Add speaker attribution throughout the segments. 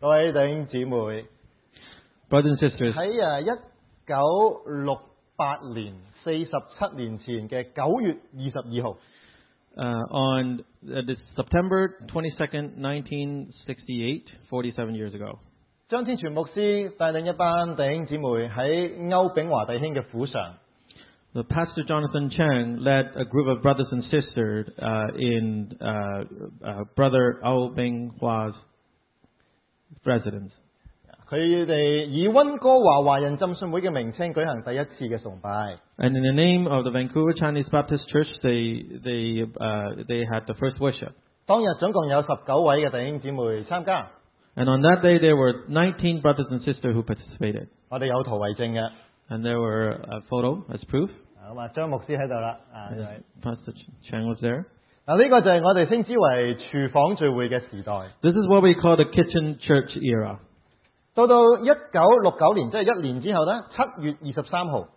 Speaker 1: 各位弟兄姊妹，
Speaker 2: Brothers and sisters,
Speaker 1: 喺啊一九六八年四十七年前嘅九月二十二號，
Speaker 2: uh, on uh, this September 22nd, 1968, 47 years ago,
Speaker 1: 張天全牧師帶領一班弟兄姊妹喺歐炳華弟兄嘅府上，
Speaker 2: the pastor Jonathan Chang led a group of brothers and sisters uh, in uh, uh, Brother Ao Beng Hua's residence.
Speaker 1: 佢哋以温哥華華人浸信會嘅名稱舉行第一次嘅崇拜。
Speaker 2: And in the name of the Vancouver Chinese Baptist Church, they, they, uh, they had the first worship.
Speaker 1: 當日總共有十九位嘅弟兄姊妹參加，
Speaker 2: And on that day, there were 19 brothers and sisters who participated.
Speaker 1: 我哋有圖為證嘅。
Speaker 2: And there were a photo as proof.
Speaker 1: 啊咁啊，張牧師喺度啦。啊，
Speaker 2: And
Speaker 1: 就係
Speaker 2: Pastor Chang was there.
Speaker 1: 嗱呢個就係我哋稱之為廚房聚會嘅時代。
Speaker 2: This is what we call the kitchen church era.
Speaker 1: 到到一九六九年，即係一年之後呢，七月二十三號，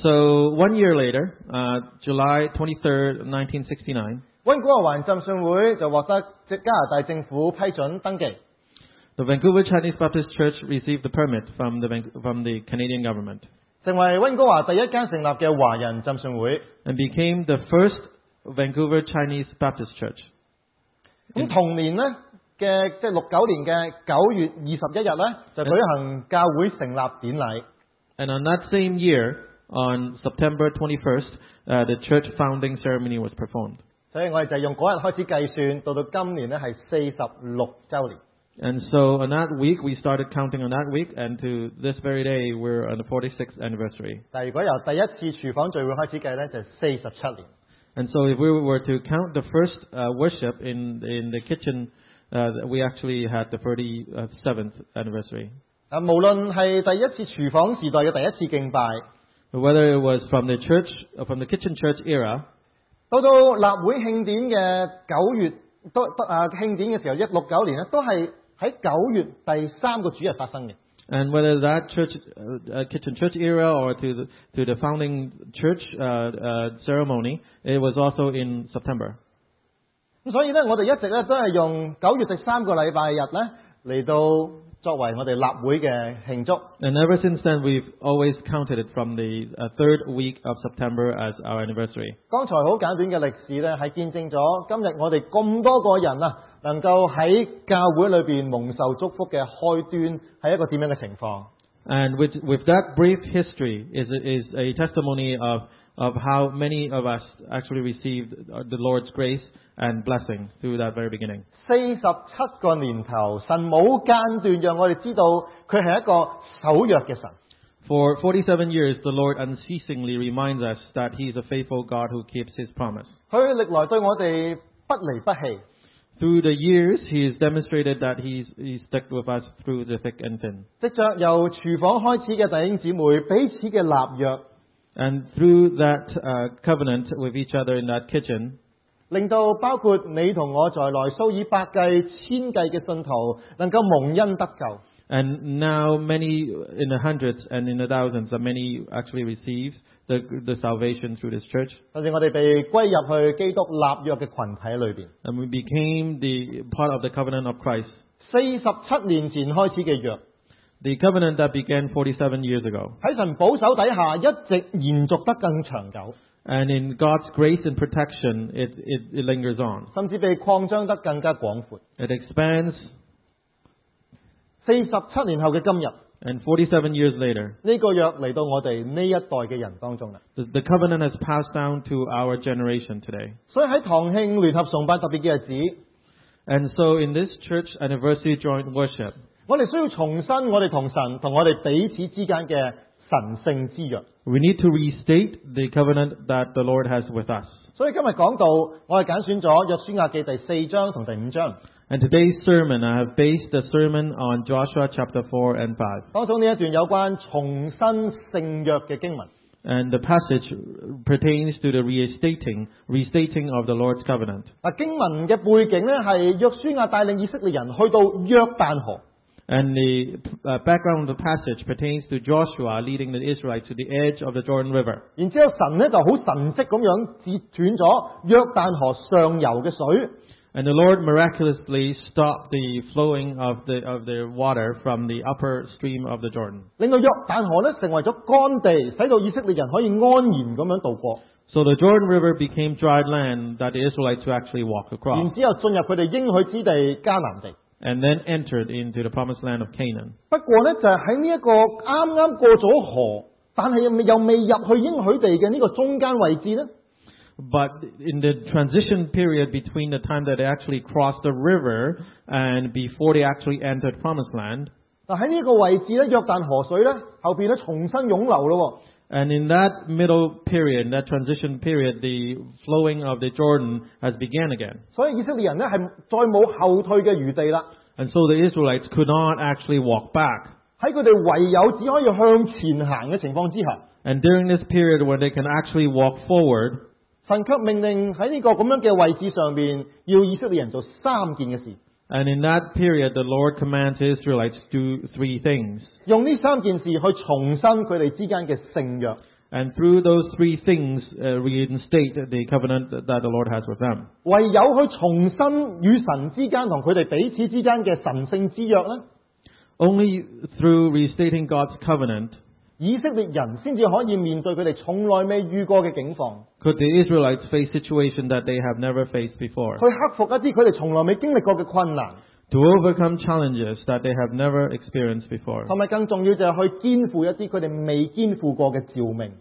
Speaker 2: So one year later, uh, July 23rd, 1969,
Speaker 1: 温哥華浸信會就獲得即加拿大政府批准登記，
Speaker 2: the Vancouver Chinese Baptist Church received the permit from the, Van- from the Canadian government
Speaker 1: 成為温哥華第一間成立嘅華人浸信會。
Speaker 2: and became the first Vancouver Chinese Baptist Church.
Speaker 1: 咁同年呢嘅即係六九年嘅九月二十一日呢，就舉行教會成立典禮。
Speaker 2: And on that same year, on September 21st, uh, the church founding ceremony was performed.
Speaker 1: 所以我哋就用嗰日開始計算，到到今年呢係四十六週年。
Speaker 2: And so on that week, we started counting on that week, and to this very day, we're on the 46th anniversary.
Speaker 1: 但係如果由第一次廚房聚會開始計呢，就四十七年。
Speaker 2: And so, if we were to count the first uh, worship in in the kitchen, uh, we actually had the 37th anniversary.
Speaker 1: 啊，無論係第一次廚房時代嘅第一次敬拜。
Speaker 2: Whether it was from the church, uh, from the kitchen church era,
Speaker 1: 到到立會慶典嘅九月，都都啊慶典嘅時候，一六九年咧，都係喺九月第三個主日發生嘅。
Speaker 2: and whether that church, uh, uh, kitchen church era, or to the to the founding church uh, uh, ceremony, it was also in September.
Speaker 1: 咁所以咧，我哋一直咧都係用九月第三個禮拜日咧嚟到作為我哋立會嘅慶祝。
Speaker 2: And ever since then, we've always counted it from the uh, third week of September as our anniversary.
Speaker 1: 剛才好簡短嘅歷史咧，係見證咗今日我哋咁多個人啊，能夠喺教會裏邊蒙受祝福嘅開端係一個點樣嘅情況。
Speaker 2: And with, with that brief history is, is a testimony of, of how many of us actually received uh, the Lord's grace and blessing through that very beginning.
Speaker 1: 四十七個年頭，神冇間斷，讓我哋知道佢係一個守約嘅神。
Speaker 2: For 47 years, the Lord unceasingly reminds us that He is a faithful God who keeps His promise.
Speaker 1: 佢歷來對我哋不離不棄，
Speaker 2: Through the years, He has demonstrated that He's, He's stuck with us through the thick and thin.
Speaker 1: 藉着由廚房開始嘅弟兄姊妹彼此嘅立約，
Speaker 2: And through that uh, covenant with each other in that kitchen,
Speaker 1: 令到包括你同我在內數以百計、千計嘅信徒能夠蒙恩得救。
Speaker 2: And now many in the hundreds and in the thousands are many actually receive the, the salvation through this church.
Speaker 1: 甚至我哋被歸入去基督立約嘅群體裏邊。
Speaker 2: And we became the part of the covenant of Christ.
Speaker 1: 四十七年前開始嘅約，
Speaker 2: The covenant that began 47 years ago.
Speaker 1: 喺神保守底下一直延續得更長久，
Speaker 2: And in God's grace and protection, it, it, it lingers on.
Speaker 1: 甚至被擴張得更加廣闊。
Speaker 2: It expands.
Speaker 1: 四十七年後嘅今日，呢、
Speaker 2: And 47 years later,
Speaker 1: 個約嚟到我哋呢一代嘅人當中啦。
Speaker 2: the, the covenant has passed down to our generation today.
Speaker 1: 所以喺堂慶聯合崇拜特別嘅日子，
Speaker 2: And so in this church anniversary joint worship,
Speaker 1: 我哋需要重申我哋同神同我哋彼此之間嘅神聖之約。
Speaker 2: we need to restate the covenant that the Lord has with us.
Speaker 1: 所以今日講到，我係揀選咗約書亞記第四章同第五章，
Speaker 2: And today's sermon, I have based the sermon on Joshua chapter 4 and 5.
Speaker 1: 當中呢一段有關重新聖約嘅經文。
Speaker 2: And the passage pertains to the restating, restating of the Lord's covenant.
Speaker 1: 嗱，經文嘅背景呢，係約書亞帶領以色列人去到約旦河，
Speaker 2: And the uh, background of the passage pertains to Joshua leading the Israelites to the edge of the Jordan River.
Speaker 1: 然之後神呢就好神蹟咁樣截斷咗約旦河上游嘅水。
Speaker 2: And the Lord miraculously stopped the flowing of the, of the water from the upper stream of the Jordan.
Speaker 1: 令到約旦河咧成為咗乾地，使到以色列人可以安然咁樣渡過，
Speaker 2: So the Jordan River became dried land that the Israelites could actually walk
Speaker 1: 然
Speaker 2: across
Speaker 1: 之後進入佢哋應許之地迦南地。
Speaker 2: and then entered into the promised land of Canaan.
Speaker 1: 不過呢，就係喺呢一個啱啱過咗河，但係又未又未入去應許地嘅呢個中間位置呢，
Speaker 2: But in the transition period between the time that they actually crossed the river and before they actually entered promised land,
Speaker 1: 嗱喺呢個位置呢，約旦河水呢後邊呢重新湧流咯
Speaker 2: and in that middle period, that transition period, the flowing of the Jordan has began again.
Speaker 1: 喎，所以以色列人呢係再冇後退嘅餘地啦。
Speaker 2: And so the Israelites could not actually walk back.
Speaker 1: 喺佢哋唯有只可以向前行嘅情況之下，
Speaker 2: And during this period when they can actually walk forward,
Speaker 1: 神卻命令喺呢個咁樣嘅位置上邊，要以色列人做三件嘅事，
Speaker 2: and in that period the Lord commands the Israelites to do three things.
Speaker 1: 用呢三件事去重申佢哋之間嘅聖約。
Speaker 2: And through those three things, uh, reinstate the covenant that the Lord has with them.
Speaker 1: 唯有去重新與神之間同佢哋彼此之間嘅神聖之約呢，
Speaker 2: Only through restating God's covenant
Speaker 1: 以色列人先至可以面對佢哋從來未遇過嘅境況，
Speaker 2: could the Israelites face situations that they have never faced before,
Speaker 1: 去克服一啲佢哋從來未經歷過嘅困難，
Speaker 2: to overcome challenges that they have never experienced before,
Speaker 1: 同埋更重要就係去肩負一啲佢哋未肩負過嘅召命。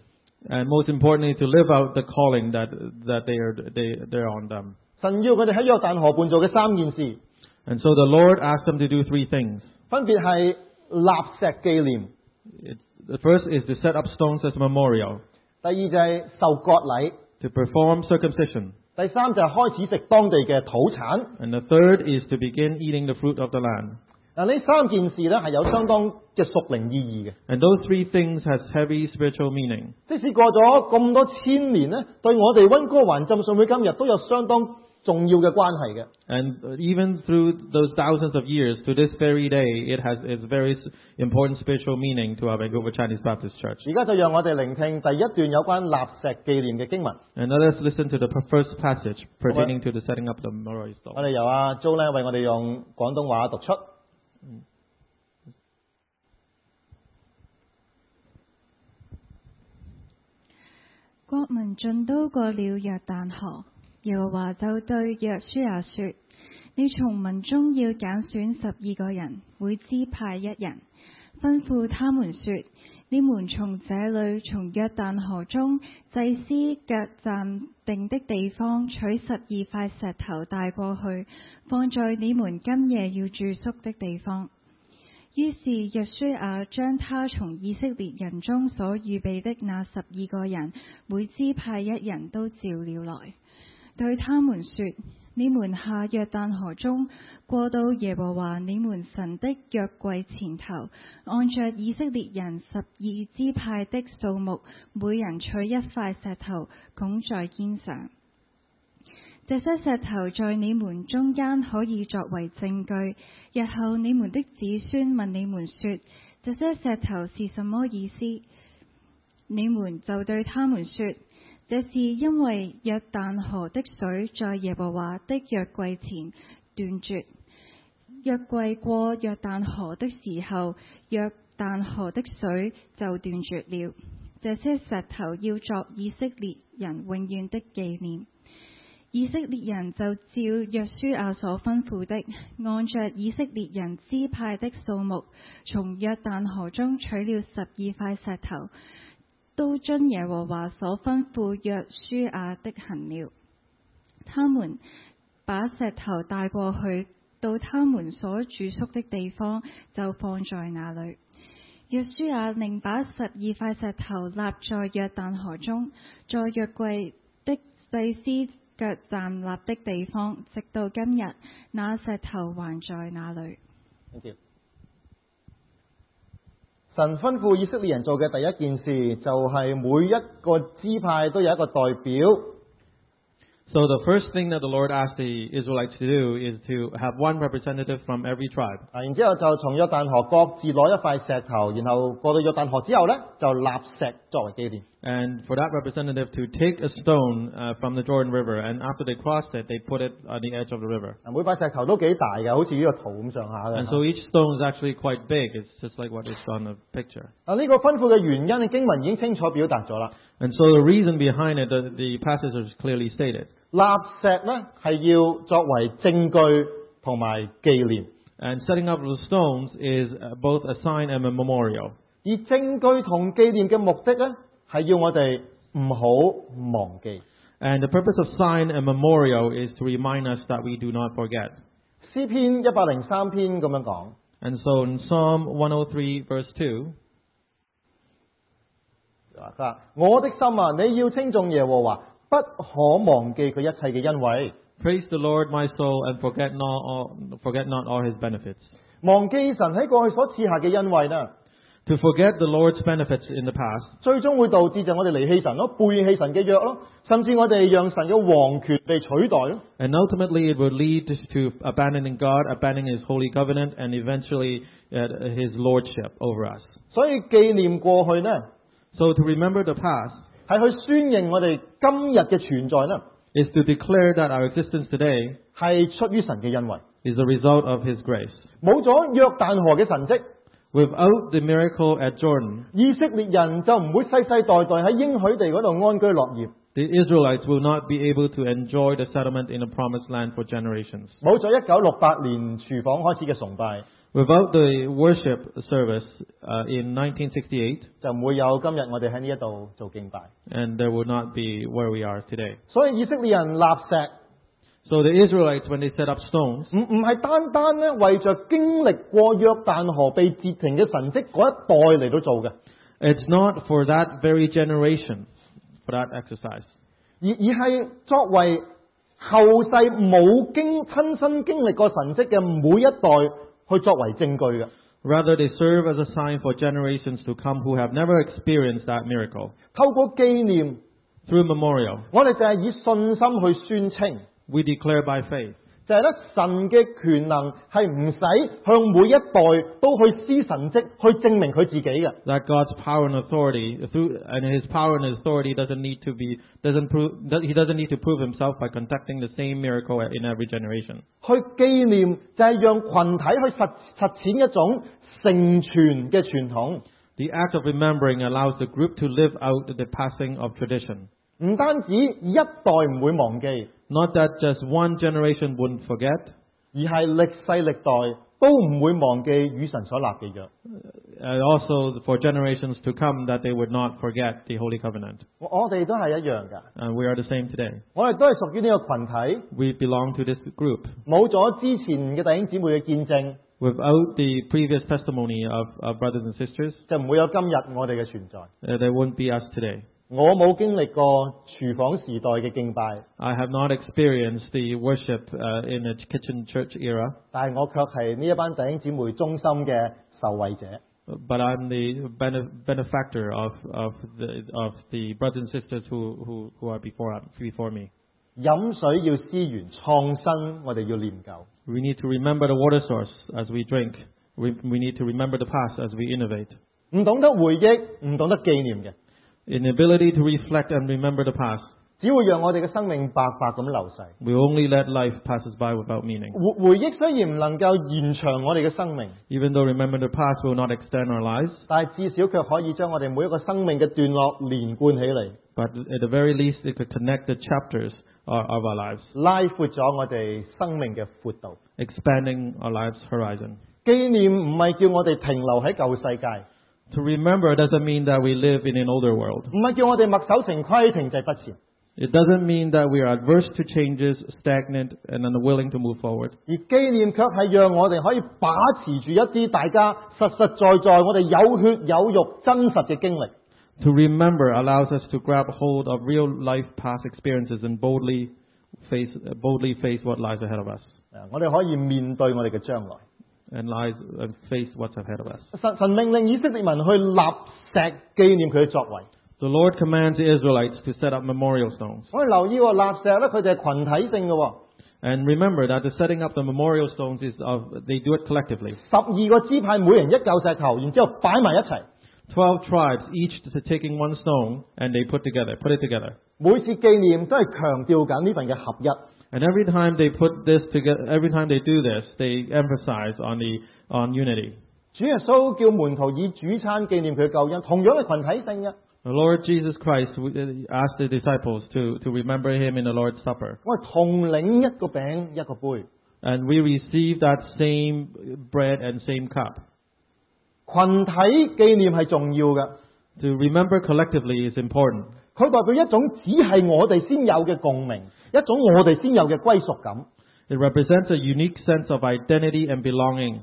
Speaker 2: and most importantly, to live out the calling that, that they are, they, they're on them.
Speaker 1: 神要佢哋喺約旦河畔做嘅三件事，
Speaker 2: And so the Lord asked them to do three things.
Speaker 1: 分別係立石紀念，
Speaker 2: It's, the first is to set up stones as memorial,
Speaker 1: 第二就係受割禮，
Speaker 2: to perform circumcision,
Speaker 1: 第三就係開始食當地嘅土產。
Speaker 2: and the third is to begin eating the fruit of the land.
Speaker 1: 嗱，呢三件事呢係有相當嘅屬靈意義嘅。
Speaker 2: And those three things has heavy spiritual meaning.
Speaker 1: 即使過咗咁多千年呢，對我哋温哥華浸信會今日都有相當重要嘅關係嘅。
Speaker 2: And uh, even through those thousands of years, to this very day, it has its very s- important spiritual meaning to our Vancouver Chinese Baptist Church.
Speaker 1: 而家就讓我哋聆聽第一段有關立石紀念嘅經文。
Speaker 2: And let us listen to the per- first passage pertaining to the setting up of the memorial
Speaker 1: 我
Speaker 2: stone.
Speaker 1: 哋由阿 Jo 咧為我哋用廣東話讀出。
Speaker 3: 國民進都過了約旦河，耶和華就對約書亞說：你從民中要揀選十二個人，每支派一人，吩咐他們說：你們從這裏從約旦河中祭司腳站定的地方取十二塊石頭帶過去，放在你們今夜要住宿的地方。於是約書亞將他從以色列人中所預備的那十二個人，每支派一人都召了來，對他們說：你們下約旦河中，過到耶和華你們神的約櫃前頭，按着以色列人十二支派的數目，每人取一塊石頭拱在肩上。這些石頭在你們中間可以作為證據，日後你們的子孫問你們說：這些石頭是什麼意思？你們就對他們說：這是因為約旦河的水在耶和華的約櫃前斷絕。約櫃過約旦河的時候，約旦河的水就斷絕了。這些石頭要作以色列人永遠的紀念。以色列人就照約書亞所吩咐的，按着以色列人支派的數目，從約旦河中取了十二塊石頭，都遵耶和華所吩咐約書亞的行了。他們把石頭帶過去，到他們所住宿的地方，就放在那裏。約書亞另把十二塊石頭立在約旦河中，在約櫃的祭司腳站立的地方，直到今日，那石頭還在那裏。
Speaker 1: Thank you 神吩咐以色列人做嘅第一件事，就係每一個支派都有一個代表。
Speaker 2: So the first thing that the Lord asked the Israelites to do is to have one representative from every tribe.
Speaker 1: 啊，然之後就從約旦河各自攞一塊石頭，然後過到約旦河之後呢，就立石作為紀念。
Speaker 2: and for that representative to take a stone uh, from the Jordan River, and after they crossed it, they put it on the edge of the river.
Speaker 1: 啊每塊石頭都幾大嘅，好似呢個圖咁上下
Speaker 2: And
Speaker 1: 嘅。
Speaker 2: so each stone is actually quite big. It's just like what is on the picture.
Speaker 1: 啊，呢個吩咐嘅原因，經文已經清楚表達咗啦。
Speaker 2: And so the reason behind it, the, the passage is clearly stated.
Speaker 1: 立石呢係要作為證據同埋紀念，
Speaker 2: And setting up the stones is uh, both a sign and a memorial.
Speaker 1: 而證據同紀念嘅目的呢，係要我哋唔好忘記。
Speaker 2: And the purpose of sign and memorial is to remind us that we do not forget.
Speaker 1: 詩篇一百零三篇咁樣講，
Speaker 2: And so in Psalm 103 verse 2,
Speaker 1: 佢話：我的心啊，你要稱頌耶和華，不可忘記佢一切嘅恩惠。
Speaker 2: Praise the Lord, my soul, and forget not all, forget not all his benefits.
Speaker 1: 忘記神喺過去所賜下嘅恩惠呢，
Speaker 2: To forget the Lord's benefits in the past
Speaker 1: 最終會導致就我哋離棄神咯，背棄神嘅約咯，甚至我哋讓神嘅王權被取代咯。
Speaker 2: And ultimately, it would lead to abandoning God, abandoning His holy covenant, and eventually uh, His lordship over us.
Speaker 1: 所以紀念過去呢，
Speaker 2: So to remember the past
Speaker 1: 係去宣認我哋今日嘅存在呢，
Speaker 2: is to declare that our existence today
Speaker 1: 係出於神嘅恩惠。
Speaker 2: is the result of His grace.
Speaker 1: 冇咗約旦河嘅神跡，
Speaker 2: Without the miracle at Jordan,
Speaker 1: 以色列人就唔會世世代代喺應許地嗰度安居樂業。
Speaker 2: the Israelites will not be able to enjoy the settlement in the promised land for generations.
Speaker 1: 冇咗一九六八年廚房開始嘅崇拜，
Speaker 2: Without the worship service uh, in 1968,
Speaker 1: 就唔會有今日我哋喺呢一度做敬拜。
Speaker 2: and there would not be where we are today.
Speaker 1: 所以以色列人立石
Speaker 2: So the Israelites, when they set up stones,
Speaker 1: 唔唔係單單咧為着經歷過約旦河被截停嘅神蹟嗰一代嚟到做嘅，
Speaker 2: It's not for that very generation for that exercise,
Speaker 1: 而而係作為後世冇經親身經歷過神蹟嘅每一代去作為證據嘅。
Speaker 2: rather, they serve as a sign for generations to come who have never experienced that miracle.
Speaker 1: 透過紀念，
Speaker 2: Through memorial,
Speaker 1: 我哋就係以信心去宣稱，
Speaker 2: we declare by faith
Speaker 1: 就係咧神嘅權能係唔使向每一代都去施神蹟去證明佢自己嘅。
Speaker 2: that God's power and authority, through, and His power and authority doesn't need to be, doesn't prove, He doesn't need to prove Himself by conducting the same miracle in every generation.
Speaker 1: 去紀念就係讓群體去實實踐一種成全嘅傳統。
Speaker 2: The act of remembering allows the group to live out the passing of tradition.
Speaker 1: 唔單止一代唔會忘記，
Speaker 2: Not that just one generation wouldn't forget,
Speaker 1: 而係歷世歷代都唔會忘記與神所立嘅約。
Speaker 2: and also for generations to come that they would not forget the Holy Covenant.
Speaker 1: 我我哋都係一樣㗎，
Speaker 2: And we are the same today.
Speaker 1: 我哋都係屬於呢個群體，
Speaker 2: We belong to this group.
Speaker 1: 冇咗之前嘅弟兄姊妹嘅見證，
Speaker 2: Without the previous testimony of, of brothers and sisters,
Speaker 1: 就唔會有今日我哋嘅存在。
Speaker 2: uh, there wouldn't be us today.
Speaker 1: 我冇經歷過廚房時代嘅敬拜，
Speaker 2: I have not experienced the worship uh, in the kitchen church era,
Speaker 1: 但係我卻係呢一班弟兄姊妹忠心嘅受惠者。
Speaker 2: but I'm the bene- benefactor of, of, the, of the brothers and sisters who, who, who are before, before me.
Speaker 1: 飲水要思源，創新我哋要念舊。
Speaker 2: We need to remember the water source as we drink. We, we need to remember the past as we innovate.
Speaker 1: 唔懂得回憶，唔懂得紀念嘅，
Speaker 2: Inability to reflect and remember the past
Speaker 1: 只會讓我哋嘅生命白白咁流逝。
Speaker 2: We only let life passes by without meaning.
Speaker 1: 回回憶雖然唔能夠延長我哋嘅生命，
Speaker 2: Even though remember the past will not extend our lives,
Speaker 1: 但係至少卻可以將我哋每一個生命嘅段落連貫起嚟，
Speaker 2: but at the very least it could connect the chapters of of our lives,
Speaker 1: 拉闊咗我哋生命嘅闊度。
Speaker 2: expanding our lives horizon.
Speaker 1: 紀念唔係叫我哋停留喺舊世界，
Speaker 2: To remember doesn't mean that we live in an older world.
Speaker 1: 唔係叫我哋墨守成規、停滯不前。
Speaker 2: It doesn't mean that we are adverse to changes, stagnant, and unwilling to move forward.
Speaker 1: 而紀念卻係讓我哋可以把持住一啲大家實實在在我哋有血有肉真實嘅經歷，
Speaker 2: To remember allows us to grab hold of real life past experiences and boldly face, boldly face what lies ahead of us,
Speaker 1: 啊我哋可以面對我哋嘅將來。
Speaker 2: and lies, and face what's ahead of us.
Speaker 1: 神神命令以色列民去立石紀念佢嘅作為。
Speaker 2: The Lord commands the Israelites to set up memorial stones.
Speaker 1: 我哋留意喎，立石咧，佢哋係群體性嘅喎。
Speaker 2: And remember that the setting up the memorial stones is of, they do it collectively.
Speaker 1: 十二個支派每人一嚿石頭，然之後擺埋一齊。
Speaker 2: Twelve tribes, each t- taking one stone, and they put together, put it together.
Speaker 1: 每次紀念都係強調緊呢份嘅合一。
Speaker 2: And every time they put this together, every time they do this, they emphasize on the on unity.
Speaker 1: 主耶穌叫門徒以主餐紀念佢嘅救恩，同樣係群體性嘅。
Speaker 2: The Lord Jesus Christ uh, asked the disciples to, to remember him in the Lord's Supper.
Speaker 1: 我係同領一個餅一個杯，
Speaker 2: And we receive that same bread and same cup.
Speaker 1: 群體紀念係重要嘅。
Speaker 2: To remember collectively is important.
Speaker 1: 佢代表一種只係我哋先有嘅共鳴，一種我哋先有嘅歸屬感，
Speaker 2: It represents a unique sense of identity and belonging.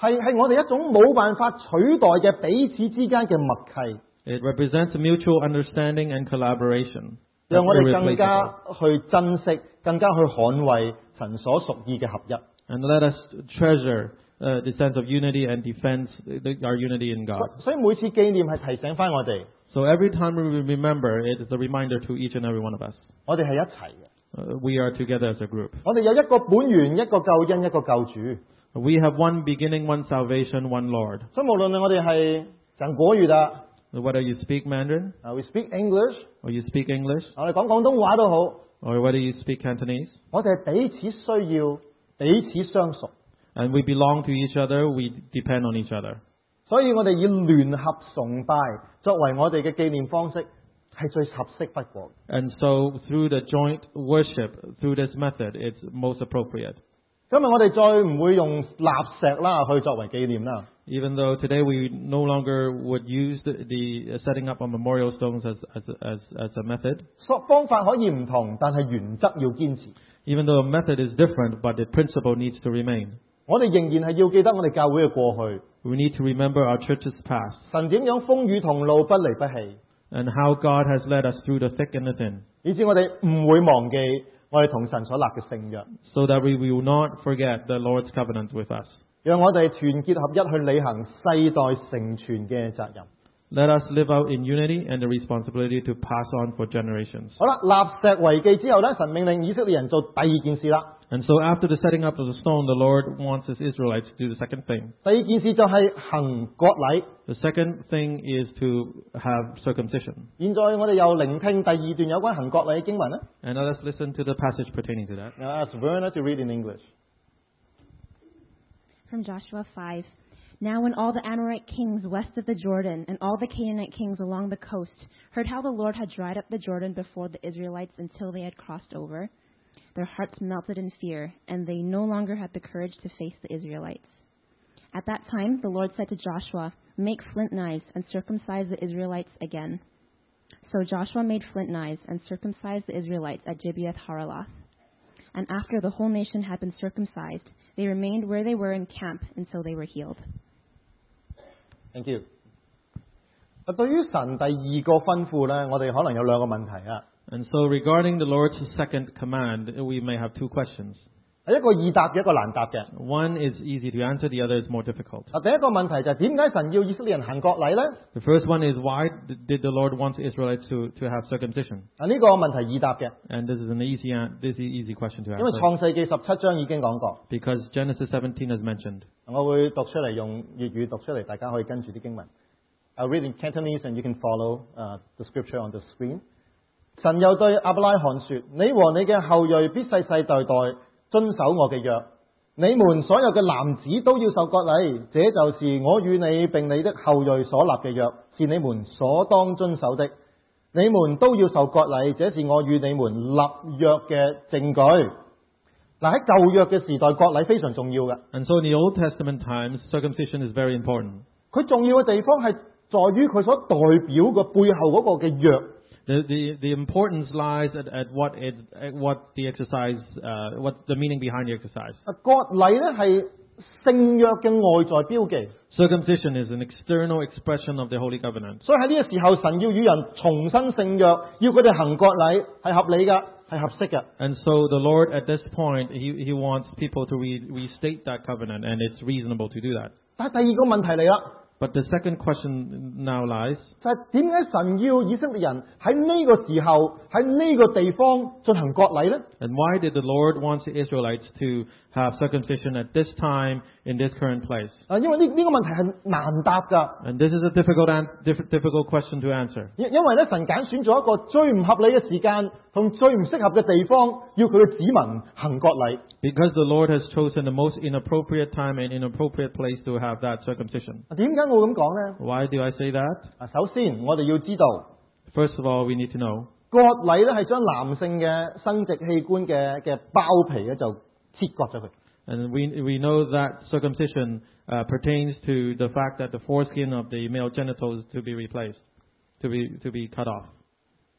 Speaker 1: 係係我哋一種冇辦法取代嘅彼此之間嘅默契，
Speaker 2: It represents mutual understanding and collaboration.
Speaker 1: 讓我哋更
Speaker 2: Irreplaceable.
Speaker 1: 加去珍惜，更加去捍衛神所屬意嘅合一。
Speaker 2: And let us treasure uh, the sense of unity and defense the, our unity in God.
Speaker 1: 所以每次紀念係提醒翻我哋，
Speaker 2: So every time we remember, it is a reminder to each and every one of us.
Speaker 1: 我哋係一齊嘅，
Speaker 2: Uh, we are together as a group.
Speaker 1: 我哋有一個本源、一個救恩、一個救主。
Speaker 2: We have one beginning, one salvation, one Lord.
Speaker 1: 所以無論我哋係講國語啦，
Speaker 2: Whether you speak Mandarin
Speaker 1: 啊，we speak English，
Speaker 2: or you speak English
Speaker 1: 我哋講廣東話都好，
Speaker 2: or whether you speak Cantonese,
Speaker 1: 我哋係彼此需要，彼此相屬。
Speaker 2: and we belong to each other, we depend on each other.
Speaker 1: 所以我哋以聯合崇拜作為我哋嘅紀念方式，係最合適不過。
Speaker 2: And so through the joint worship, through this method, it's most appropriate.
Speaker 1: 今日我哋再唔會用立石啦去作為紀念啦，
Speaker 2: Even though today we no longer would use the, the setting up of memorial stones as, as, as, as a method,
Speaker 1: 所方法可以唔同，但係原則要堅持。
Speaker 2: even though the method is different, but the principle needs to remain.
Speaker 1: 我哋仍然係要記得我哋教會嘅過去，
Speaker 2: We need to remember our church's past
Speaker 1: 神點樣風雨同路不離不棄，
Speaker 2: and how God has led us through the thick and the thin.
Speaker 1: 以至我哋唔會忘記我哋同神所立嘅聖約，
Speaker 2: so that we will not forget the Lord's covenant with us.
Speaker 1: 讓我哋團結合一去履行世代成全嘅責任。
Speaker 2: Let us live out in unity and the responsibility to pass on for generations.
Speaker 1: 好啦，立石為記之後呢，神命令以色列人做第二件事啦。
Speaker 2: And so after the setting up of the stone, the Lord wants his Israelites to do the second thing.
Speaker 1: 第二件事就係行割禮。
Speaker 2: The second thing is to have circumcision.
Speaker 1: 現在我哋又聆聽第二段有關行割禮嘅經文啦。
Speaker 2: And let us listen to the passage pertaining to that.
Speaker 1: Now I ask Verna to read in English.
Speaker 4: From Joshua 5. Now, when all the Amorite kings west of the Jordan and all the Canaanite kings along the coast heard how the Lord had dried up the Jordan before the Israelites until they had crossed over, their hearts melted in fear, and they no longer had the courage to face the Israelites. At that time, the Lord said to Joshua, Make flint knives and circumcise the Israelites again. So Joshua made flint knives and circumcised the Israelites at Gibeath Haraloth. And after the whole nation had been circumcised, they remained where they were in camp until they were healed.
Speaker 1: Thank you。嗱，對於神第二個吩咐呢，我哋可能有兩個問題啊。
Speaker 2: And so regarding the Lord's second command, we may have two questions.
Speaker 1: 一個易答嘅，一個難答嘅。啊
Speaker 2: One is easy to answer, the other is more difficult.
Speaker 1: 嗱，第一個問題就係點解神要以色列人行割禮呢？
Speaker 2: The first one is why did the Lord want the Israelites to, to have circumcision?
Speaker 1: 啊，呢個問題易答嘅，
Speaker 2: And this is an easy, an- this is an easy question to
Speaker 1: 因為
Speaker 2: answer
Speaker 1: 創世記十七章已經講過，
Speaker 2: because Genesis 17 is mentioned.
Speaker 1: 我會讀出嚟用粵語讀出嚟，大家可以跟住啲經文。I read in Cantonese and you can follow、uh, the scripture on the screen. 神又對亞伯拉罕說：你和你嘅後裔必世世代代遵守我嘅約。你們所有嘅男子都要受割禮，這就是我與你並你的後裔所立嘅約，是你們所當遵守的。你們都要受割禮，這是我與你們立約嘅證據。嗱喺舊約嘅時代，割禮非常重要嘅。
Speaker 2: And so in the Old Testament times, circumcision is very important.
Speaker 1: 佢重要嘅地方係在於佢所代表嘅背後嗰個嘅約，
Speaker 2: The, the, the importance lies at, at what it, at what the exercise, uh, what the meaning behind the exercise.
Speaker 1: 啊割禮呢係聖約嘅外在標記，
Speaker 2: Circumcision is an external expression of the Holy Covenant.
Speaker 1: 所以喺呢個時候，神要與人重新聖約，要佢哋行割禮係合理㗎，係合適嘅。
Speaker 2: And so the Lord at this point, He, he wants people to re, restate that covenant and it's reasonable to do that.
Speaker 1: 但係第二個問題嚟啦，
Speaker 2: But the second question now lies
Speaker 1: 就係點解神要以色列人喺呢個時候喺呢個地方進行割禮呢？
Speaker 2: And why did the Lord want the Israelites to have circumcision at this time in this current place?
Speaker 1: 啊，因為呢呢、個問題係難答㗎，
Speaker 2: And this is a difficult, an- diff- difficult question to answer
Speaker 1: 因因為咧神揀選咗一個最唔合理嘅時間同最唔適合嘅地方，要佢嘅子民行割禮。
Speaker 2: because the Lord has chosen the most inappropriate time and inappropriate place to have that circumcision.
Speaker 1: 啊點解我咁講呢？
Speaker 2: Why do I say that?
Speaker 1: 啊，首先我哋要知道。
Speaker 2: First of all, we need to know
Speaker 1: 割禮咧係將男性嘅生殖器官嘅嘅包皮咧就切割咗佢。
Speaker 2: And we, we know that circumcision uh, pertains to the fact that the foreskin of the male genitals to be replaced, to be, to be cut off.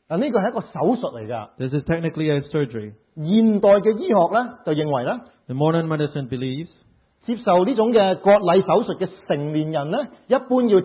Speaker 1: 嗱，呢個係一個手術嚟㗎。
Speaker 2: This is technically a surgery.
Speaker 1: 現代嘅醫學咧就認為咧，
Speaker 2: The modern medicine believes
Speaker 1: 接受呢種嘅割禮手術嘅成年人咧，一般要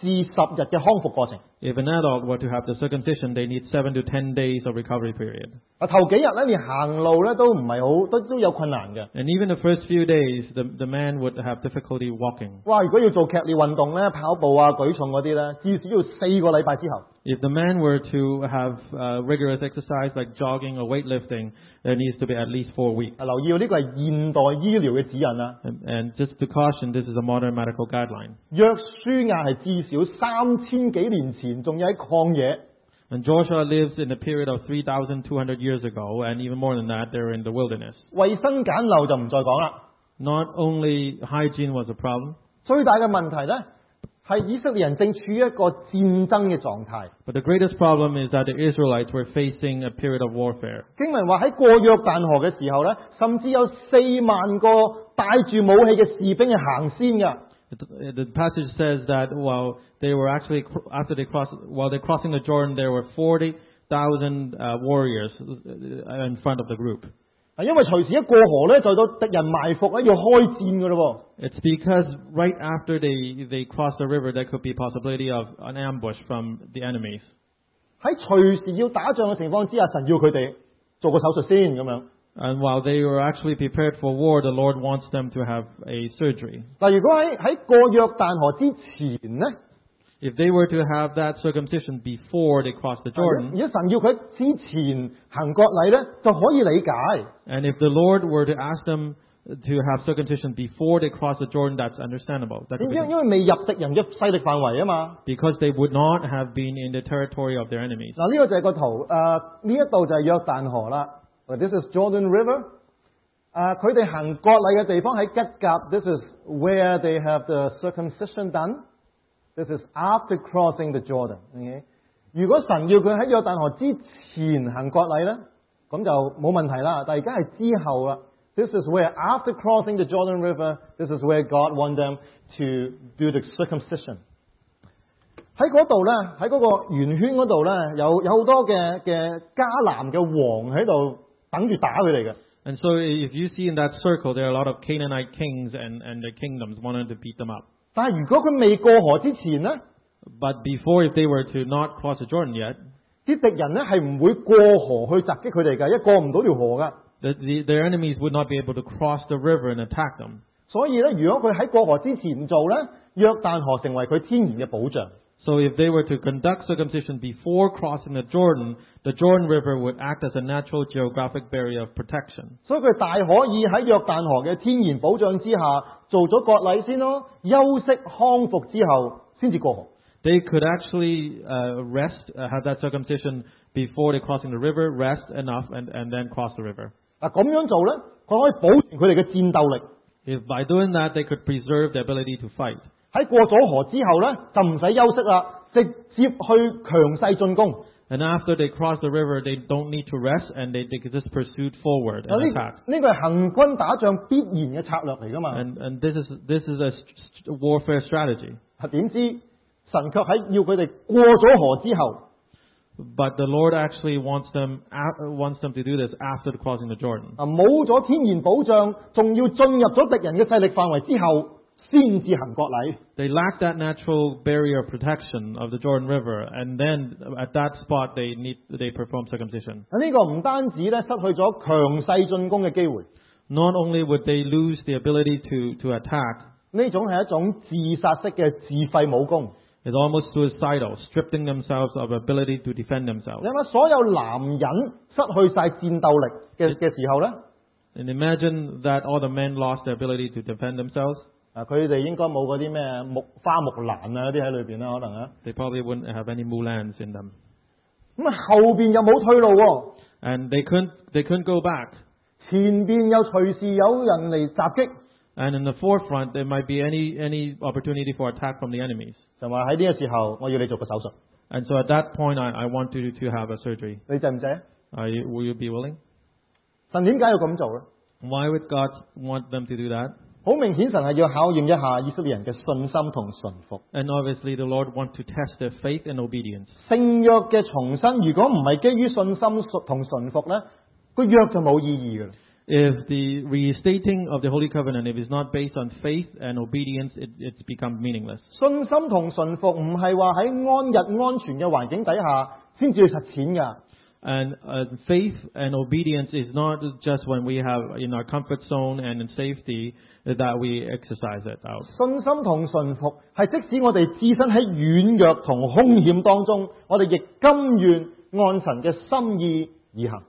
Speaker 1: 七至十日嘅康復過程。
Speaker 2: if an adult were to have the circumcision, they need 7 to 10 days of recovery period.
Speaker 1: 啊，頭幾日咧連行路咧都唔係好，都都有困難嘅。
Speaker 2: And even the first few days, the, the man would have difficulty walking.
Speaker 1: 哇！如果要做劇烈運動咧，跑步啊、舉重嗰啲咧，至少要四個禮拜之後。啊
Speaker 2: If the man were to have uh, rigorous exercise like jogging or weightlifting, there needs to be at least 4 weeks.
Speaker 1: 啊，留意喎呢個係現代醫療嘅指引啊啦。
Speaker 2: And, and just to caution, this is a modern medical guideline.
Speaker 1: 約書亞係至少三千幾年前仲要喺曠野。
Speaker 2: And Joshua lives in a period of 3,200 years ago, and even more than that, they're in the wilderness.
Speaker 1: 衞生簡陋就唔再講啦。
Speaker 2: Not only hygiene was a problem,
Speaker 1: 最大嘅問題呢，係以色列人正處於一個戰爭嘅狀態。
Speaker 2: but the greatest problem is that the Israelites were facing a period of warfare.
Speaker 1: 經文話喺過約旦河嘅時候呢，甚至有四萬個帶住武器嘅士兵係行先嘅。
Speaker 2: The the passage says that while they were actually, after they crossed, while they're crossing the Jordan, there were 40,000 uh, warriors uh, in front of the group.
Speaker 1: 啊因為隨時一過河呢，就到敵人埋伏咧，要開戰嘅咯
Speaker 2: It's because right after they, they crossed the river, there could be possibility of an ambush from the enemies.
Speaker 1: 喎。喺隨時要打仗嘅情況之下，神要佢哋做個手術先咁樣。
Speaker 2: And while they were actually prepared for war, the Lord wants them to have a surgery.
Speaker 1: 嗱，如果喺喺過約旦河之前呢，
Speaker 2: If they were to have that circumcision before they crossed the
Speaker 1: 如
Speaker 2: Jordan,
Speaker 1: 果啊神要佢之前行割禮呢，就可以理解。
Speaker 2: and if the Lord were to ask them to have circumcision before they crossed the Jordan, that's understandable. That
Speaker 1: 因
Speaker 2: could be-
Speaker 1: 因因為未入敵人嘅勢力範圍啊嘛。
Speaker 2: because they would not have been in the territory of their enemies.
Speaker 1: 嗱，呢個就係個圖，誒呢一度就係約旦河啦。嗱 This is Jordan River。誒，佢哋行割禮嘅地方喺吉甲。This is where they have the circumcision done. This is after crossing the Jordan。OK，如果神要佢喺約旦河之前行割禮呢，咁就冇問題啦。但係而家係之後啦。This is where after crossing the Jordan River, this is where God want them to do the circumcision. 喺嗰度呢，喺嗰個圓圈嗰度呢，有有好多嘅嘅迦南嘅王喺度等住打佢哋嘅。
Speaker 2: And so if you see in that circle, there are a lot of Canaanite kings and, and their kingdoms wanting to beat them up.
Speaker 1: 但係如果佢未過河之前呢，
Speaker 2: But before, if they were to not cross the Jordan yet,
Speaker 1: 啲敵人呢係唔會過河去襲擊佢哋嘅，一過唔到條河㗎。
Speaker 2: the, the, their enemies would not be able to cross the river and attack them.
Speaker 1: 所以呢，如果佢喺過河之前做呢，約旦河成為佢天然嘅保障。
Speaker 2: So if they were to conduct circumcision before crossing the Jordan, the Jordan River would act as a natural geographic barrier of protection.
Speaker 1: 所以佢大可以喺約旦河嘅天然保障之下，做咗割禮先咯，休息康復之後先至過河。
Speaker 2: They could actually uh, rest, uh, have that circumcision before they crossing the river, rest enough, and, and then cross the river.
Speaker 1: 嗱咁樣做呢，佢可以保存佢哋嘅戰鬥力。
Speaker 2: If by doing that they could preserve their ability to fight.
Speaker 1: 喺過咗河之後呢，就唔使休息啦，直接去強勢進攻。
Speaker 2: And after they cross the river, they don't need to rest, and they, they could just pursue forward
Speaker 1: 嗱
Speaker 2: and
Speaker 1: 呢
Speaker 2: attack.
Speaker 1: 呢個係行軍打仗必然嘅策略嚟噶嘛？
Speaker 2: And, and this is this is a st- st- warfare strategy.
Speaker 1: 啊點知神卻喺要佢哋過咗河之後，
Speaker 2: But the Lord actually wants them a- wants them to do this after crossing the Jordan.
Speaker 1: 啊冇咗天然保障，仲要進入咗敵人嘅勢力範圍之後，先至行割禮。
Speaker 2: They lack that natural barrier of protection of the Jordan River, and then at that spot they need they perform circumcision.
Speaker 1: 啊呢個唔單止咧失去咗強勢進攻嘅機會，
Speaker 2: Not only would they lose the ability to to attack,
Speaker 1: 呢種係一種自殺式嘅自廢武功。
Speaker 2: It's almost suicidal, stripping themselves of ability to defend
Speaker 1: 你
Speaker 2: themselves.
Speaker 1: 諗下，所有男人失去晒戰鬥力嘅嘅時候呢，
Speaker 2: And imagine that all the men lost their ability to defend themselves.
Speaker 1: 啊，佢哋應該冇嗰啲咩木花木蘭啊嗰啲喺裏邊啦，可能啊。
Speaker 2: They probably wouldn't have any mulans in them.
Speaker 1: 咁啊，後邊又冇退路喎、
Speaker 2: And they couldn't, they couldn't go back.
Speaker 1: 前邊又隨時有人嚟襲擊，
Speaker 2: And in the forefront, there might be any, any opportunity for attack from the enemies.
Speaker 1: 就話喺呢個時候，我要你做個手術，
Speaker 2: And so at that point, I, I want you to have a surgery.
Speaker 1: 你制唔制啊？
Speaker 2: Are you, will you be willing?
Speaker 1: 神點解要咁做呢？
Speaker 2: Why would God want them to do that?
Speaker 1: 好明顯，神係要考驗一下以色列人嘅信心同信服。
Speaker 2: And obviously, the Lord wants to test their faith and obedience.
Speaker 1: 聖約嘅重新，如果唔係基於信心同信服呢，個約就冇意義嘅。
Speaker 2: If the restating of the Holy Covenant, if it's not based on faith and obedience, it, it's become meaningless.
Speaker 1: 信心同信服唔係話喺安逸安全嘅環境底下先至去實踐㗎。
Speaker 2: And uh, faith and obedience is not just when we have in our comfort zone and in safety that we exercise it out.
Speaker 1: 信心同信服係即使我哋置身喺軟弱同兇險當中，我哋亦甘願按神嘅心意而行。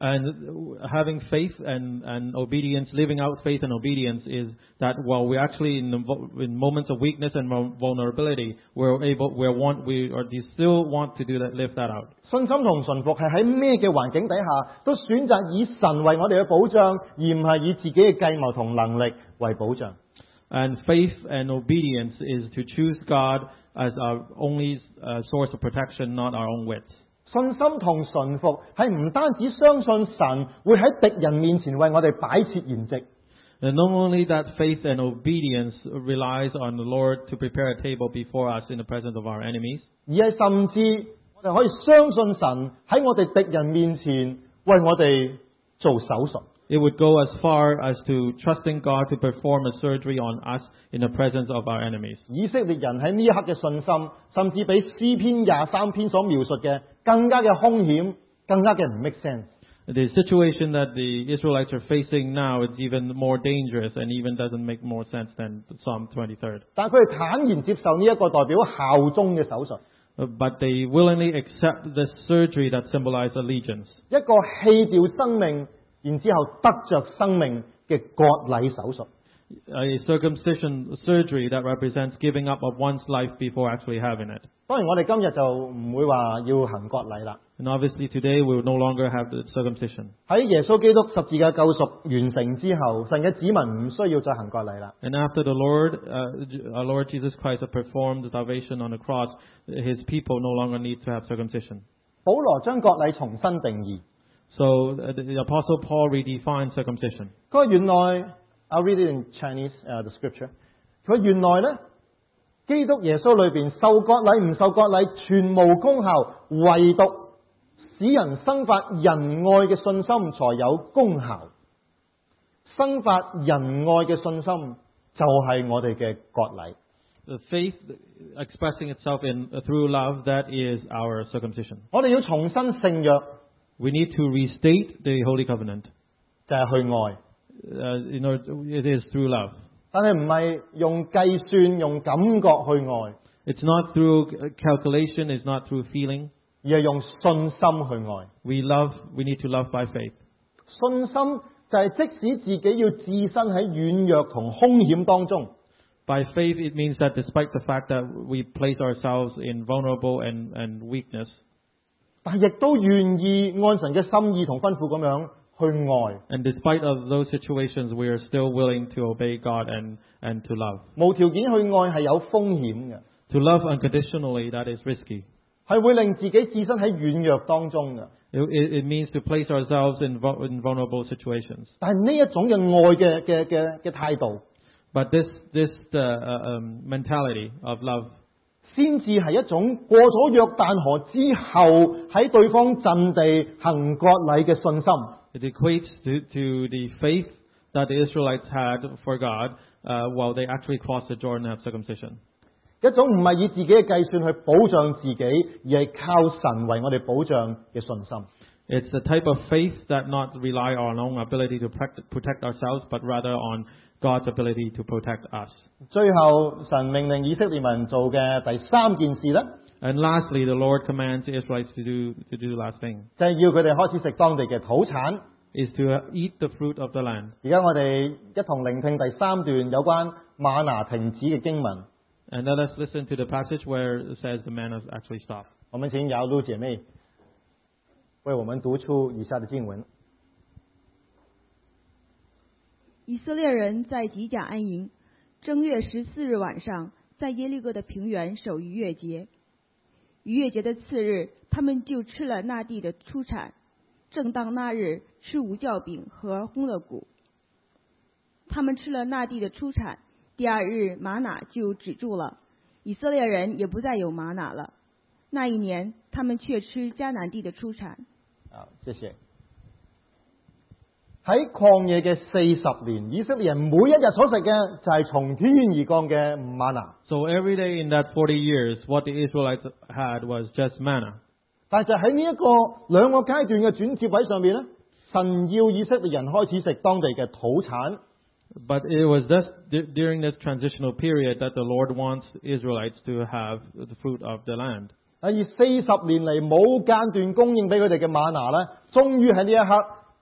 Speaker 2: And having faith and, and obedience, living out faith and obedience is that while we're actually in, the, vo- in moments of weakness and vul- vulnerability, we're able, we want, we, or we still want to do that, live that out.
Speaker 1: 信心同信服係喺咩嘅環境底下，都選擇以神為我哋嘅保障，而唔係以自己嘅計謀同能力為保障。
Speaker 2: And faith and obedience is to choose God as our only uh, source of protection, not our own wits.
Speaker 1: 信心同信服係唔單止相信神會喺敵人面前為我哋擺設筵席，
Speaker 2: And not only that faith and obedience relies on the Lord to prepare a table before us in the presence of our enemies,
Speaker 1: 而係甚至我哋可以相信神喺我哋敵人面前為我哋做手術。
Speaker 2: it would go as far as to trusting God to perform a surgery on us in the presence of our enemies.
Speaker 1: 以色列人喺呢一刻嘅信心，甚至比詩篇廿三篇所描述嘅更加嘅兇險，更加嘅唔 make sense。
Speaker 2: The situation that the Israelites are facing now is even more dangerous and even doesn't make more sense than Psalm 23rd.
Speaker 1: 但佢哋坦然接受呢一個代表效忠嘅手術，
Speaker 2: Uh, But they willingly accept this surgery that symbolized allegiance,
Speaker 1: 一個棄掉生命，然之後得着生命嘅割禮手術。
Speaker 2: a circumcision surgery that represents giving up of one's life before actually having it.
Speaker 1: 當然，我哋今日就唔會話要行割禮啦。
Speaker 2: And obviously today we will no longer have the circumcision.
Speaker 1: 喺耶穌基督十字架救贖完成之後，神嘅子民唔需要再行割禮啦。
Speaker 2: And after the Lord, uh, J- our Lord Jesus Christ had performed salvation on the cross, his people no longer need to have circumcision.
Speaker 1: 保羅將割禮重新定義，
Speaker 2: So uh, the the Apostle Paul redefined circumcision.
Speaker 1: 佢話原來，I read it in Chinese、the scripture。佢話原來呢，基督耶穌裏邊受割禮唔受割禮全無功效，唯獨使人生發仁愛嘅信心才有功效。生發仁愛嘅信心就係我哋嘅割禮。
Speaker 2: The faith expressing itself in uh, through love, that is our circumcision.
Speaker 1: 我哋要重新聖約，
Speaker 2: We need to restate the Holy Covenant.
Speaker 1: 就係、去愛。
Speaker 2: Uh, you know, it is through love.
Speaker 1: 但係唔係用計算、用感覺去愛，
Speaker 2: It's not through uh, calculation, it's not through feeling.
Speaker 1: 而係用信心去愛。
Speaker 2: We love, we need to love by faith.
Speaker 1: 信心就係即使自己要置身喺軟弱同兇險當中，
Speaker 2: By faith, it means that despite the fact that we place ourselves in vulnerable and, and weakness,
Speaker 1: 但係亦都願意按神嘅心意同吩咐咁樣去
Speaker 2: and despite of those situations, we are still willing to obey God and, and to love.
Speaker 1: 愛，無條件去愛係有風險嘅，
Speaker 2: To love unconditionally, that is risky.
Speaker 1: 係會令自己置身喺軟弱當中嘅。
Speaker 2: It, it, it means to place ourselves in, vul- in vulnerable situations.
Speaker 1: 但係呢一種嘅愛嘅嘅嘅嘅態度，
Speaker 2: But this, this uh, uh, um, mentality of love
Speaker 1: 先至係一種過咗約旦河之後喺對方陣地行割禮嘅信心。
Speaker 2: It equates to, to the faith that the Israelites had for God uh, while they actually crossed the Jordan and have circumcision.
Speaker 1: 一種唔係以自己嘅計算去保障自己，而係靠神為我哋保障嘅信心。
Speaker 2: It's the type of faith that not rely on our own ability to pract- protect ourselves, but rather on God's ability to protect us.
Speaker 1: 最後神命令以色列民做嘅第三件事呢，
Speaker 2: And lastly, the Lord commands the Israelites to do to do the last thing
Speaker 1: 就係、要佢哋開始食當地嘅土產。
Speaker 2: is to uh, eat the fruit of the land.
Speaker 1: 而家我哋一同聆聽第三段有關馬拿停止嘅經文。
Speaker 2: And let us listen to the passage where it says the manna actually stopped.
Speaker 1: 我们请姚露姐妹为我们读出以下的经文。
Speaker 5: 以色列人在吉甲安营。正月十四日晚上，在耶利哥的平原守逾越节。逾越节的次日，他们就吃了那地的出产。正当那日，吃无酵饼和烘了谷。他们吃了那地的出产。第二日，玛瑙就止住了，以色列人也不再有玛瑙了。那一年，他们却吃迦南地的出产。
Speaker 1: 啊，谢谢。喺曠野嘅四十年，以色列人每一日所食嘅就係從天而降嘅馬拿，
Speaker 2: So every day in that 40 years, what the Israelites had was just manna.
Speaker 1: 但係就喺呢一個兩個階段嘅轉接位上面呢神要以色列人開始食當地嘅土產，
Speaker 2: But it was just d- during this transitional period that the Lord wants Israelites to have the fruit of the land.
Speaker 1: 啊，而四十年嚟冇間斷供應俾佢哋嘅馬拿呢，終於喺呢一刻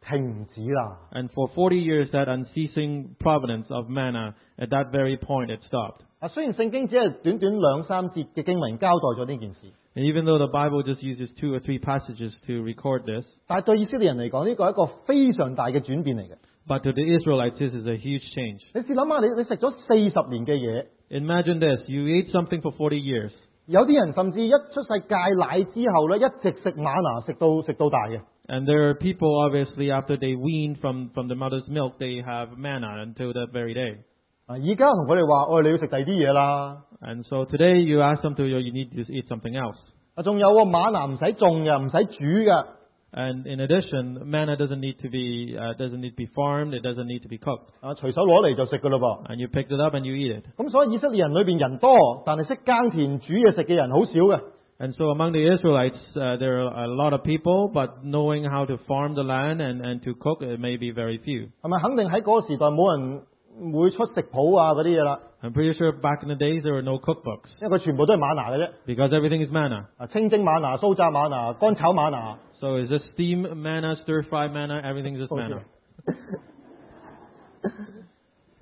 Speaker 1: 停止啦。
Speaker 2: And for 40 years, that unceasing providence of manna, at that very point, it stopped.
Speaker 1: 啊，雖然聖經只係短短兩三節嘅經文交代咗呢件事，
Speaker 2: And even though the Bible just uses two or three passages to record this,
Speaker 1: 但係對以色列人嚟講，呢個係一個非常大嘅轉變嚟嘅。
Speaker 2: but to the Israelites, this is a huge change.
Speaker 1: 你試諗下，你你食咗四十年嘅嘢，
Speaker 2: Imagine this you eat something for 40 years.
Speaker 1: 有啲人甚至一出世戒奶之後咧，一直食馬拿食到食到大嘅。
Speaker 2: And there are people, obviously, after they wean from, from the mother's milk, they have manna until that very day.
Speaker 1: 啊，而家同佢哋話：，喂、你要食第二啲嘢啦。
Speaker 2: And so today you ask them to, you need to eat something else.
Speaker 1: 啊，仲有喎，馬拿唔使種嘅，唔使煮嘅。
Speaker 2: And in addition, manna doesn't need to be, uh, doesn't need to be farmed, it doesn't need to be cooked.
Speaker 1: 啊，隨手攞嚟就食噶嘞噃。
Speaker 2: And you pick it up and you eat it.
Speaker 1: 咁所以以色列人裏邊人多，但係識耕田煮嘢食嘅人好少嘅。
Speaker 2: And so among the Israelites, uh, there are a lot of people, but knowing how to farm the land and, and to cook, it may be very few.
Speaker 1: 係咪肯定喺嗰個時代冇人會出食譜啊嗰啲嘢啦？
Speaker 2: I'm pretty sure back in the days there were no cookbooks
Speaker 1: 因為佢全部都係馬拿嘅啫。
Speaker 2: because everything is manna.
Speaker 1: 啊，清蒸馬拿、酥炸馬拿、乾炒馬拿。
Speaker 2: So it's just steam manna, stir fry manna, everything's just manna.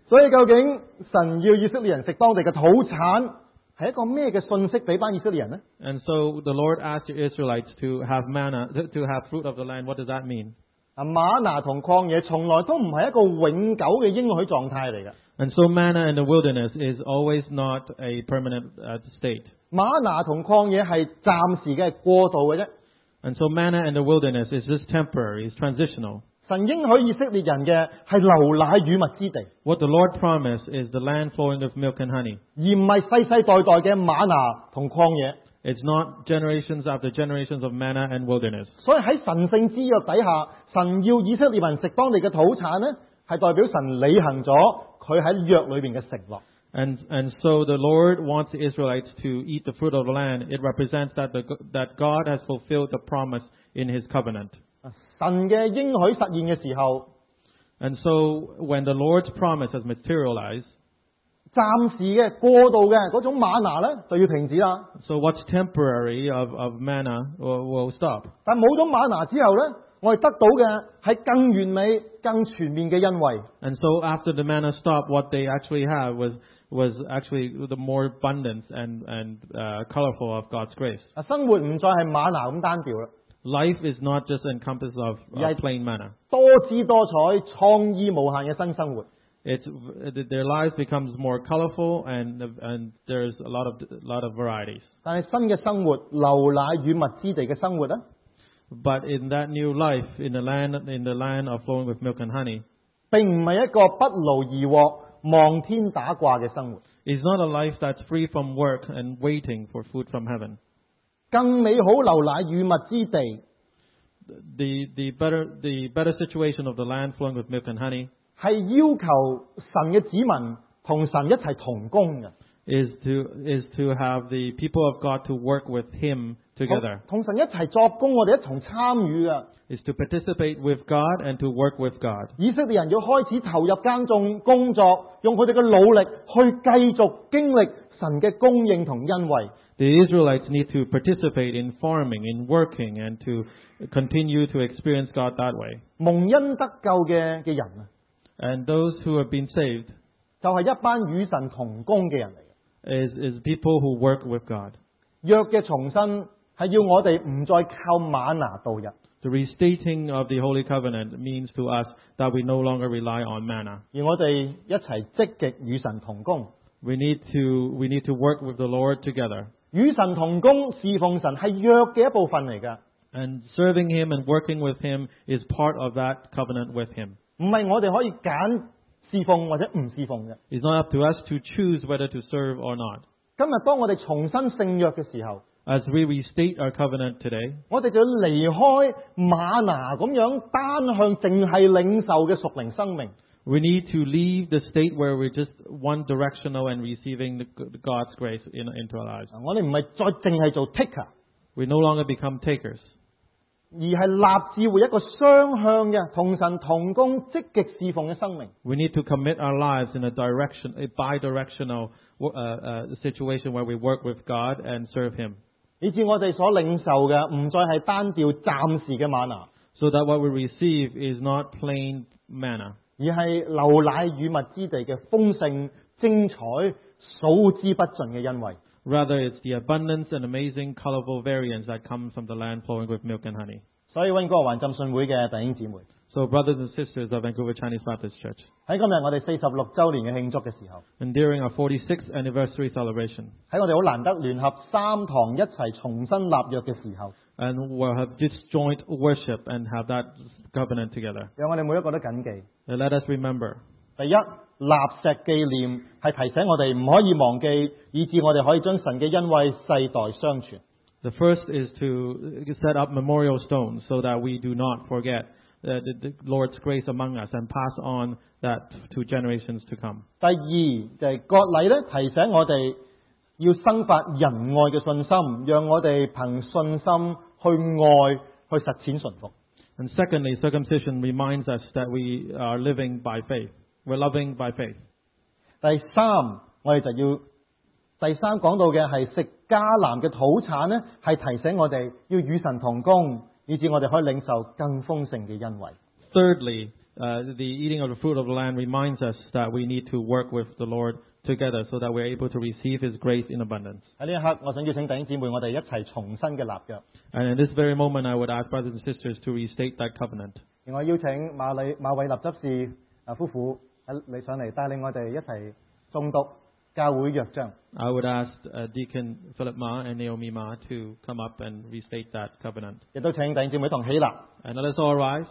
Speaker 1: 所以究竟神要以色列人食當地嘅土產，係一個咩嘅信息俾班以色列人呢？
Speaker 2: And so the Lord asked the Israelites to have manna, to have fruit of the land. What does that mean?
Speaker 1: 啊，馬拿同曠野從來都唔係一個永久嘅應許狀態嚟嘅。
Speaker 2: And so manna in the wilderness is always not a permanent uh, state.
Speaker 1: 馬拿同曠野係暫時嘅過渡嘅啫。
Speaker 2: And so manna in the wilderness is just temporary, it's transitional.
Speaker 1: 神應許以色列人嘅係流奶與蜜之地，
Speaker 2: What the Lord promised is the land flowing with milk and honey.
Speaker 1: 而唔係世世代代嘅馬拿同曠野。
Speaker 2: It's not generations after generations of manna and wilderness.
Speaker 1: 所以喺神聖之約底下，神要以色列民食當地嘅土產呢，係代表神履行咗佢喺約裏邊嘅承諾。
Speaker 2: And, and so the Lord wants the Israelites to eat the fruit of the land. It represents that, the, that God has fulfilled the promise in His covenant.
Speaker 1: 神嘅應許實現嘅時候，
Speaker 2: And so when the Lord's promise has materialized,
Speaker 1: 暫時嘅過渡嘅嗰種馬拿呢，就要停止啦。
Speaker 2: so what's temporary of, of manna will, will stop.
Speaker 1: 但冇咗馬拿之後呢，我哋得到嘅係更完美、更全面嘅恩惠。
Speaker 2: And so after the manna stopped, what they actually had was, was actually the more abundance and, and uh, colorful of God's grace.
Speaker 1: 啊，生活唔再係馬拿咁單調啦，
Speaker 2: Life is not just encompassed of,
Speaker 1: Yeah.
Speaker 2: of plain manna.
Speaker 1: 多姿多彩、創意無限嘅新生活。
Speaker 2: It's their lives becomes more colorful and and there's a lot of lot of varieties.
Speaker 1: 但係新嘅生活，流奶與蜜之地嘅生活呢，
Speaker 2: But in that new life, in the land in the land of flowing with milk and honey,
Speaker 1: 並唔係一個不勞而獲、望天打卦嘅生活。
Speaker 2: is not a life that's free from work and waiting for food from heaven.
Speaker 1: 更美好流奶與蜜之地，
Speaker 2: The the better the better situation of the land flowing with milk and honey
Speaker 1: 係要求神嘅子民同神一齊同工嘅。
Speaker 2: is to is to have the people of God to work with Him together
Speaker 1: 同神一齊作工，我哋一同參與啊！
Speaker 2: is to participate with God and to work with God.
Speaker 1: 以色列人要開始投入耕種工作，用佢哋嘅努力去繼續經歷神嘅供應同恩惠。
Speaker 2: The Israelites need to participate in farming, in working, and to continue to experience God that way.
Speaker 1: 蒙恩得救嘅嘅人啊，
Speaker 2: And those who have been saved
Speaker 1: 就係、一班與神同工嘅人嚟嘅。
Speaker 2: is, is people who work with God.
Speaker 1: 約嘅重申係要我哋唔再靠馬拿度日，
Speaker 2: The restating of the Holy Covenant means to us that we no longer rely on manna.
Speaker 1: 而我哋一齊積極與神同工。
Speaker 2: We need to, we need to work with the Lord together.
Speaker 1: 與神同工侍奉神係約嘅一部分嚟㗎，
Speaker 2: And serving Him and working with Him is part of that covenant with Him.
Speaker 1: 唔係我哋可以揀侍奉或者唔侍奉嘅。
Speaker 2: It's not up to us to choose whether to serve or not.
Speaker 1: 今日當我哋重新聖約嘅時候，
Speaker 2: As we restate our covenant today,
Speaker 1: 我哋就要離開馬拿咁樣單向淨係領受嘅屬靈生命，
Speaker 2: we need to leave the state where we're just one directional and receiving the- God's grace in, into our lives.
Speaker 1: 我哋唔係再淨係做 taker，
Speaker 2: We no longer become takers,
Speaker 1: 而係立志活一個雙向嘅同神同工積極侍奉嘅生命。
Speaker 2: We need to commit our lives in a direction, a bi-directional uh, uh, situation where we work with God and serve Him,
Speaker 1: 以至我哋所領受嘅唔再係單調暫時嘅馬拿，
Speaker 2: so that what we receive is not plain manna,
Speaker 1: 而係流奶與蜜之地嘅豐盛、精彩、數之不盡嘅恩惠。
Speaker 2: rather it's the abundance and amazing, colorful variants that come from the land flowing with milk and honey.
Speaker 1: 所以温哥華浸信會嘅弟兄姊妹，
Speaker 2: So, brothers and sisters of Vancouver Chinese Baptist Church,
Speaker 1: 喺今日我哋四十六週年嘅慶祝嘅時候，
Speaker 2: and during our 46th anniversary celebration,
Speaker 1: 喺我哋好難得聯合三堂一齊重新立約嘅時候，
Speaker 2: and we'll have this joint worship and have that covenant together.
Speaker 1: 讓我哋每一個都謹記。
Speaker 2: And let us remember
Speaker 1: 第一，立石紀念係提醒我哋唔可以忘記，以致我哋可以將神嘅恩惠世代相傳。
Speaker 2: The first is to uh, set up memorial stones so that we do not forget uh, the, the Lord's grace among us and pass on that to generations to come.
Speaker 1: 第二就係割禮咧，提醒我哋要生發仁愛嘅信心，讓我哋憑信心去愛，去實踐順服。
Speaker 2: And secondly, circumcision reminds us that we are living by faith. We're loving by faith.
Speaker 1: 第三，我哋就要第三講到嘅係食迦南嘅土產咧，係提醒我哋要與神同工，以至我哋可以領受更豐盛嘅恩惠。
Speaker 2: Thirdly, uh, the eating of the fruit of the land reminds us that we need to work with the Lord together so that we're able to receive His grace in abundance.
Speaker 1: 喺呢一刻，我想邀請弟兄姊妹，我哋一齊重新嘅立約。
Speaker 2: And in this very moment, I would ask brothers and sisters to restate that covenant.
Speaker 1: 而我邀請馬里馬偉立執事啊夫婦喺你上嚟帶領我哋一齊誦讀教會約章。
Speaker 2: I would ask uh, Deacon Philip Ma and Naomi Ma to come up and restate that covenant.
Speaker 1: 亦都請弟兄姊妹同起立，
Speaker 2: And let us all rise.